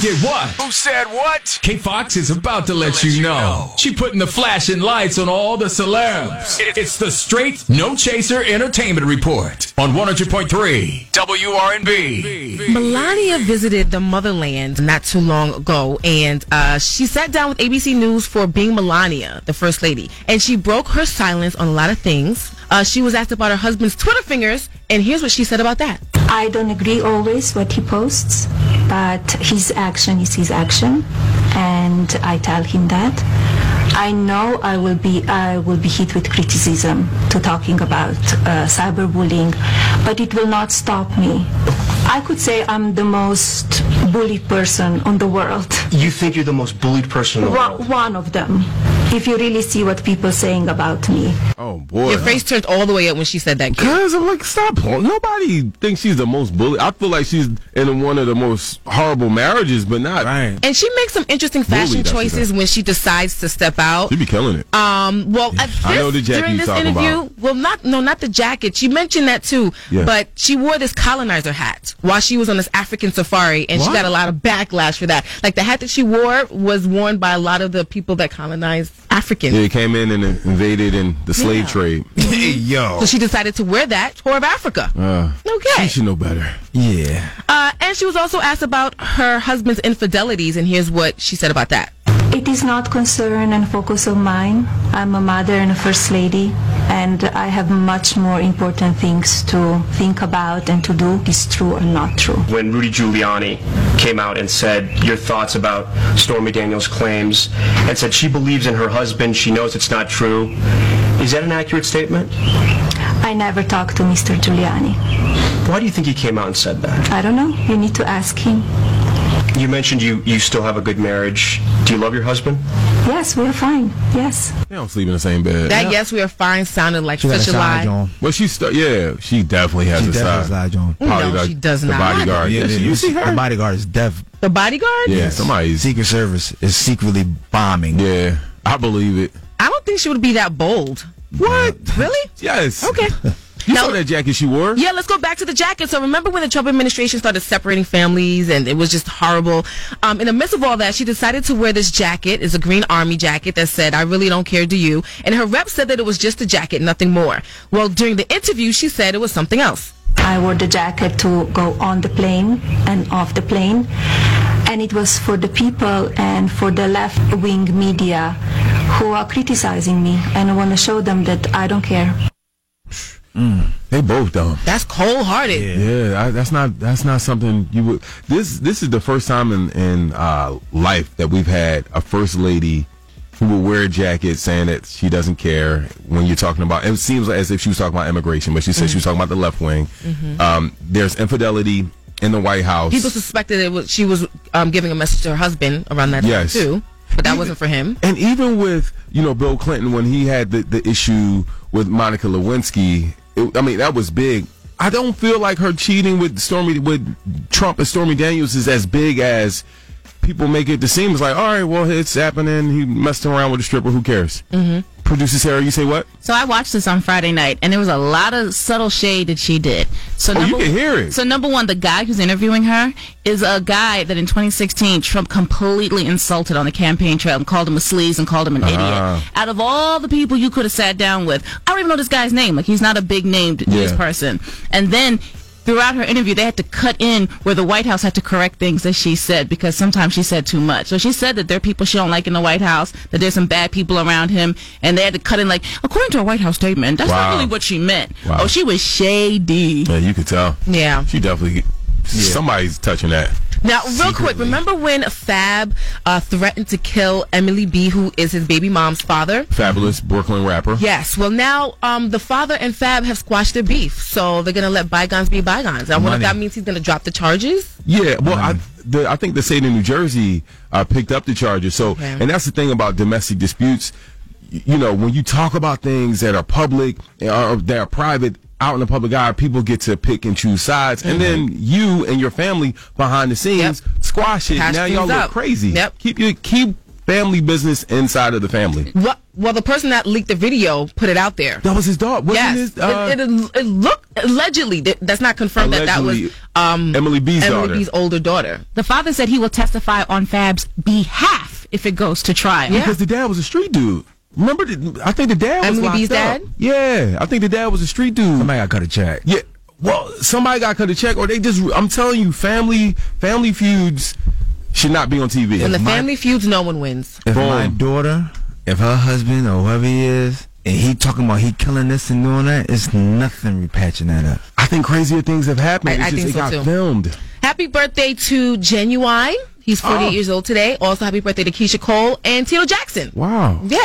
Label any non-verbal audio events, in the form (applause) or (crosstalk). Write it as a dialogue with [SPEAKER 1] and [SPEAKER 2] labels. [SPEAKER 1] did what?
[SPEAKER 2] Who said what?
[SPEAKER 1] K Fox is about to let you know. She putting the flashing lights on all the celebs. It's the straight No Chaser Entertainment Report on 100.3 WRNB.
[SPEAKER 3] Melania visited the motherland not too long ago, and uh, she sat down with ABC News for being Melania, the first lady, and she broke her silence on a lot of things. Uh, she was asked about her husband's Twitter fingers, and here's what she said about that.
[SPEAKER 4] I don't agree always what he posts, but his action is his action, and I tell him that. I know I will be I will be hit with criticism to talking about uh, cyberbullying, but it will not stop me. I could say I'm the most bullied person on the world.
[SPEAKER 5] You think you're the most bullied person in the
[SPEAKER 4] One,
[SPEAKER 5] world.
[SPEAKER 4] one of them. If you really see what people saying about me.
[SPEAKER 6] Oh boy.
[SPEAKER 3] Your face turned all the way up when she said that. Kid.
[SPEAKER 6] Cause I'm like, stop. Nobody thinks she's the most bully. I feel like she's in one of the most horrible marriages, but not.
[SPEAKER 5] Right.
[SPEAKER 3] And she makes some interesting fashion
[SPEAKER 6] Really, that's what
[SPEAKER 3] choices when she decides to step out.
[SPEAKER 6] She be killing it.
[SPEAKER 3] Um, well, at
[SPEAKER 6] I know
[SPEAKER 3] this-
[SPEAKER 6] the jacket
[SPEAKER 3] during
[SPEAKER 6] you
[SPEAKER 3] this
[SPEAKER 6] talking
[SPEAKER 3] interview,
[SPEAKER 6] about.
[SPEAKER 3] well, not no, not the jacket. She mentioned that too,
[SPEAKER 6] Yeah.
[SPEAKER 3] but she wore this colonizer hat while she was on this African safari, and she
[SPEAKER 6] What?
[SPEAKER 3] got a lot of backlash for that. Like the hat that she wore was worn by a lot of the people that colonized Africans.
[SPEAKER 6] yeah, they came in and invaded in the slave
[SPEAKER 3] Yeah.
[SPEAKER 6] trade.
[SPEAKER 5] Hey, yo.
[SPEAKER 3] So she decided to wear that tour of Africa.
[SPEAKER 6] Uh,
[SPEAKER 3] okay.
[SPEAKER 6] She should know better.
[SPEAKER 5] Yeah.
[SPEAKER 3] Uh, and she was also asked about her husband's infidelities, and here's what she said about that.
[SPEAKER 4] It is not concern and focus of mine. I'm a mother and a first lady, and I have much more important things to think about and to do. Is true or not true?
[SPEAKER 5] When Rudy Giuliani came out and said your thoughts about Stormy Daniels' claims and said she believes in her husband, she knows it's not true, is that an accurate statement?
[SPEAKER 4] I never talked to Mr. Giuliani.
[SPEAKER 5] Why do you think he came out and said that?
[SPEAKER 4] I don't know. You need to ask him.
[SPEAKER 5] You mentioned you, you still have a good marriage. Do you love your husband?
[SPEAKER 4] Yes, we're fine. Yes.
[SPEAKER 6] They don't sleep in the same bed.
[SPEAKER 3] That yes, we are fine sounded like
[SPEAKER 7] got
[SPEAKER 3] such a lie.
[SPEAKER 7] John.
[SPEAKER 6] But she, st- yeah, she definitely has
[SPEAKER 7] She
[SPEAKER 6] a
[SPEAKER 7] definitely
[SPEAKER 6] side.
[SPEAKER 7] side, John.
[SPEAKER 6] Probably
[SPEAKER 3] No,
[SPEAKER 6] the-
[SPEAKER 3] she does
[SPEAKER 6] The
[SPEAKER 3] not.
[SPEAKER 6] bodyguard.
[SPEAKER 7] Yeah,
[SPEAKER 6] Yeah,
[SPEAKER 7] it
[SPEAKER 6] you
[SPEAKER 7] is.
[SPEAKER 6] see her?
[SPEAKER 7] The bodyguard is deaf.
[SPEAKER 3] The bodyguard?
[SPEAKER 6] Yeah, somebody's.
[SPEAKER 7] Secret Service is secretly bombing.
[SPEAKER 6] Yeah, I believe it.
[SPEAKER 3] I don't think she would be that bold.
[SPEAKER 6] What?
[SPEAKER 3] Really?
[SPEAKER 6] (laughs) Yes.
[SPEAKER 3] Okay.
[SPEAKER 6] You
[SPEAKER 3] Now-
[SPEAKER 6] saw that jacket she wore?
[SPEAKER 3] Yeah, let's go back to the jacket. So remember when the Trump administration started separating families and it was just horrible. Um, in the midst of all that, she decided to wear this jacket. It's a green army jacket that said, I really don't care, do you? And her rep said that it was just a jacket, nothing more. Well, during the interview, she said it was something else.
[SPEAKER 4] I wore the jacket to go on the plane and off the plane. And it was for the people and for the left wing media who are criticizing me and want to show them that I don't care.
[SPEAKER 6] They both dumb.
[SPEAKER 3] That's cold hearted.
[SPEAKER 6] Yeah, I, that's not that's not something you would. This this is the first time in in uh, life that we've had a first lady who would wear a jacket saying that she doesn't care when you're talking about. It seems like as if she was talking about immigration, but she said she was talking about the left wing. Um, there's infidelity in the White House.
[SPEAKER 3] People suspected it was, she was um, giving a message to her husband around that
[SPEAKER 6] Yes.
[SPEAKER 3] time, too. But that wasn't for him.
[SPEAKER 6] And even with you know Bill Clinton when he had the, the issue with Monica Lewinsky, it, I mean that was big. I don't feel like her cheating with Stormy with Trump and Stormy Daniels is as big as people make it to seem. It's like all right, well it's happening. He messed around with a stripper. Who cares? Mm-hmm. Producer Sarah, you say what?
[SPEAKER 8] So I watched this on Friday night, and there was a lot of subtle shade that she did. So
[SPEAKER 6] Oh, you
[SPEAKER 8] number,
[SPEAKER 6] can hear it.
[SPEAKER 8] So number one, the guy who's interviewing her is a guy that in 2016 Trump completely insulted on the campaign trail and called him a sleaze and called him an idiot.
[SPEAKER 6] Uh-huh.
[SPEAKER 8] Out of all the people you could have sat down with, I don't even know this guy's name. Like he's not a big named news person. And then. Throughout her interview, they had to cut in where the White House had to correct things that she said because sometimes she said too much. So she said that there are people she don't like in the White House, that there's some bad people around him, and they had to cut in like, according to a White House statement, that's
[SPEAKER 6] Wow.
[SPEAKER 8] not really what she meant.
[SPEAKER 6] Wow.
[SPEAKER 8] Oh, she was shady.
[SPEAKER 6] Yeah, you could tell.
[SPEAKER 3] Yeah.
[SPEAKER 6] she definitely. Somebody's touching that.
[SPEAKER 3] Now, real quick, remember when Fab uh, threatened to kill Emily B., who is his baby mom's father?
[SPEAKER 6] Fabulous Brooklyn rapper.
[SPEAKER 3] Yes. Well, now um, the father and Fab have squashed their beef, so they're gonna let bygones be bygones. I wonder if that means he's gonna drop the charges.
[SPEAKER 6] Yeah, well, I
[SPEAKER 3] Mm-hmm.
[SPEAKER 6] the, I think the state of New Jersey uh, picked up the charges. So,
[SPEAKER 3] Okay.
[SPEAKER 6] and that's the thing about domestic disputes. Y- You know, when you talk about things that are public or that are private out in the public eye, people get to pick and choose sides, and then
[SPEAKER 3] Mm-hmm.
[SPEAKER 6] you and your family behind the scenes squash it.
[SPEAKER 3] Hash
[SPEAKER 6] now y'all
[SPEAKER 3] things
[SPEAKER 6] look
[SPEAKER 3] up.
[SPEAKER 6] crazy.
[SPEAKER 3] Yep.
[SPEAKER 6] Keep your keep family business inside of the family.
[SPEAKER 3] What? Well, the person that leaked the video put it out there.
[SPEAKER 6] That was his dog. Wasn't
[SPEAKER 3] yes,
[SPEAKER 6] his, uh,
[SPEAKER 3] it, it, it looked allegedly. That, that's not confirmed that that was
[SPEAKER 6] Allegedly,
[SPEAKER 3] um,
[SPEAKER 6] Emily B's
[SPEAKER 3] Emily
[SPEAKER 6] daughter.
[SPEAKER 3] B's older daughter.
[SPEAKER 8] The father said he will testify on Fab's behalf if it goes to trial.
[SPEAKER 6] because the dad was a street dude. Remember, the, I think the dad was
[SPEAKER 3] Emily
[SPEAKER 6] locked
[SPEAKER 3] B's
[SPEAKER 6] up.
[SPEAKER 3] dad?
[SPEAKER 6] Yeah, I think the dad was a street dude.
[SPEAKER 7] Somebody got cut a check.
[SPEAKER 6] Yeah. Well, somebody got to cut a check, or they just. I'm telling you, family family feuds should not be on TV.
[SPEAKER 3] When the
[SPEAKER 7] my-
[SPEAKER 3] family feuds, no one wins.
[SPEAKER 7] If my
[SPEAKER 6] Boom.
[SPEAKER 7] daughter, if her husband or whoever he is, and he talking about he killing this and doing that, it's nothing repatching that up.
[SPEAKER 6] I think crazier things have happened.
[SPEAKER 3] I-
[SPEAKER 6] It's
[SPEAKER 3] I
[SPEAKER 6] just
[SPEAKER 3] think
[SPEAKER 6] it
[SPEAKER 3] so,
[SPEAKER 6] got
[SPEAKER 3] too.
[SPEAKER 6] filmed.
[SPEAKER 3] Happy birthday to Genuine. He's 48
[SPEAKER 6] Oh.
[SPEAKER 3] years old today. Also, happy birthday to Keisha Cole and Tito Jackson.
[SPEAKER 6] Wow.
[SPEAKER 3] Yeah,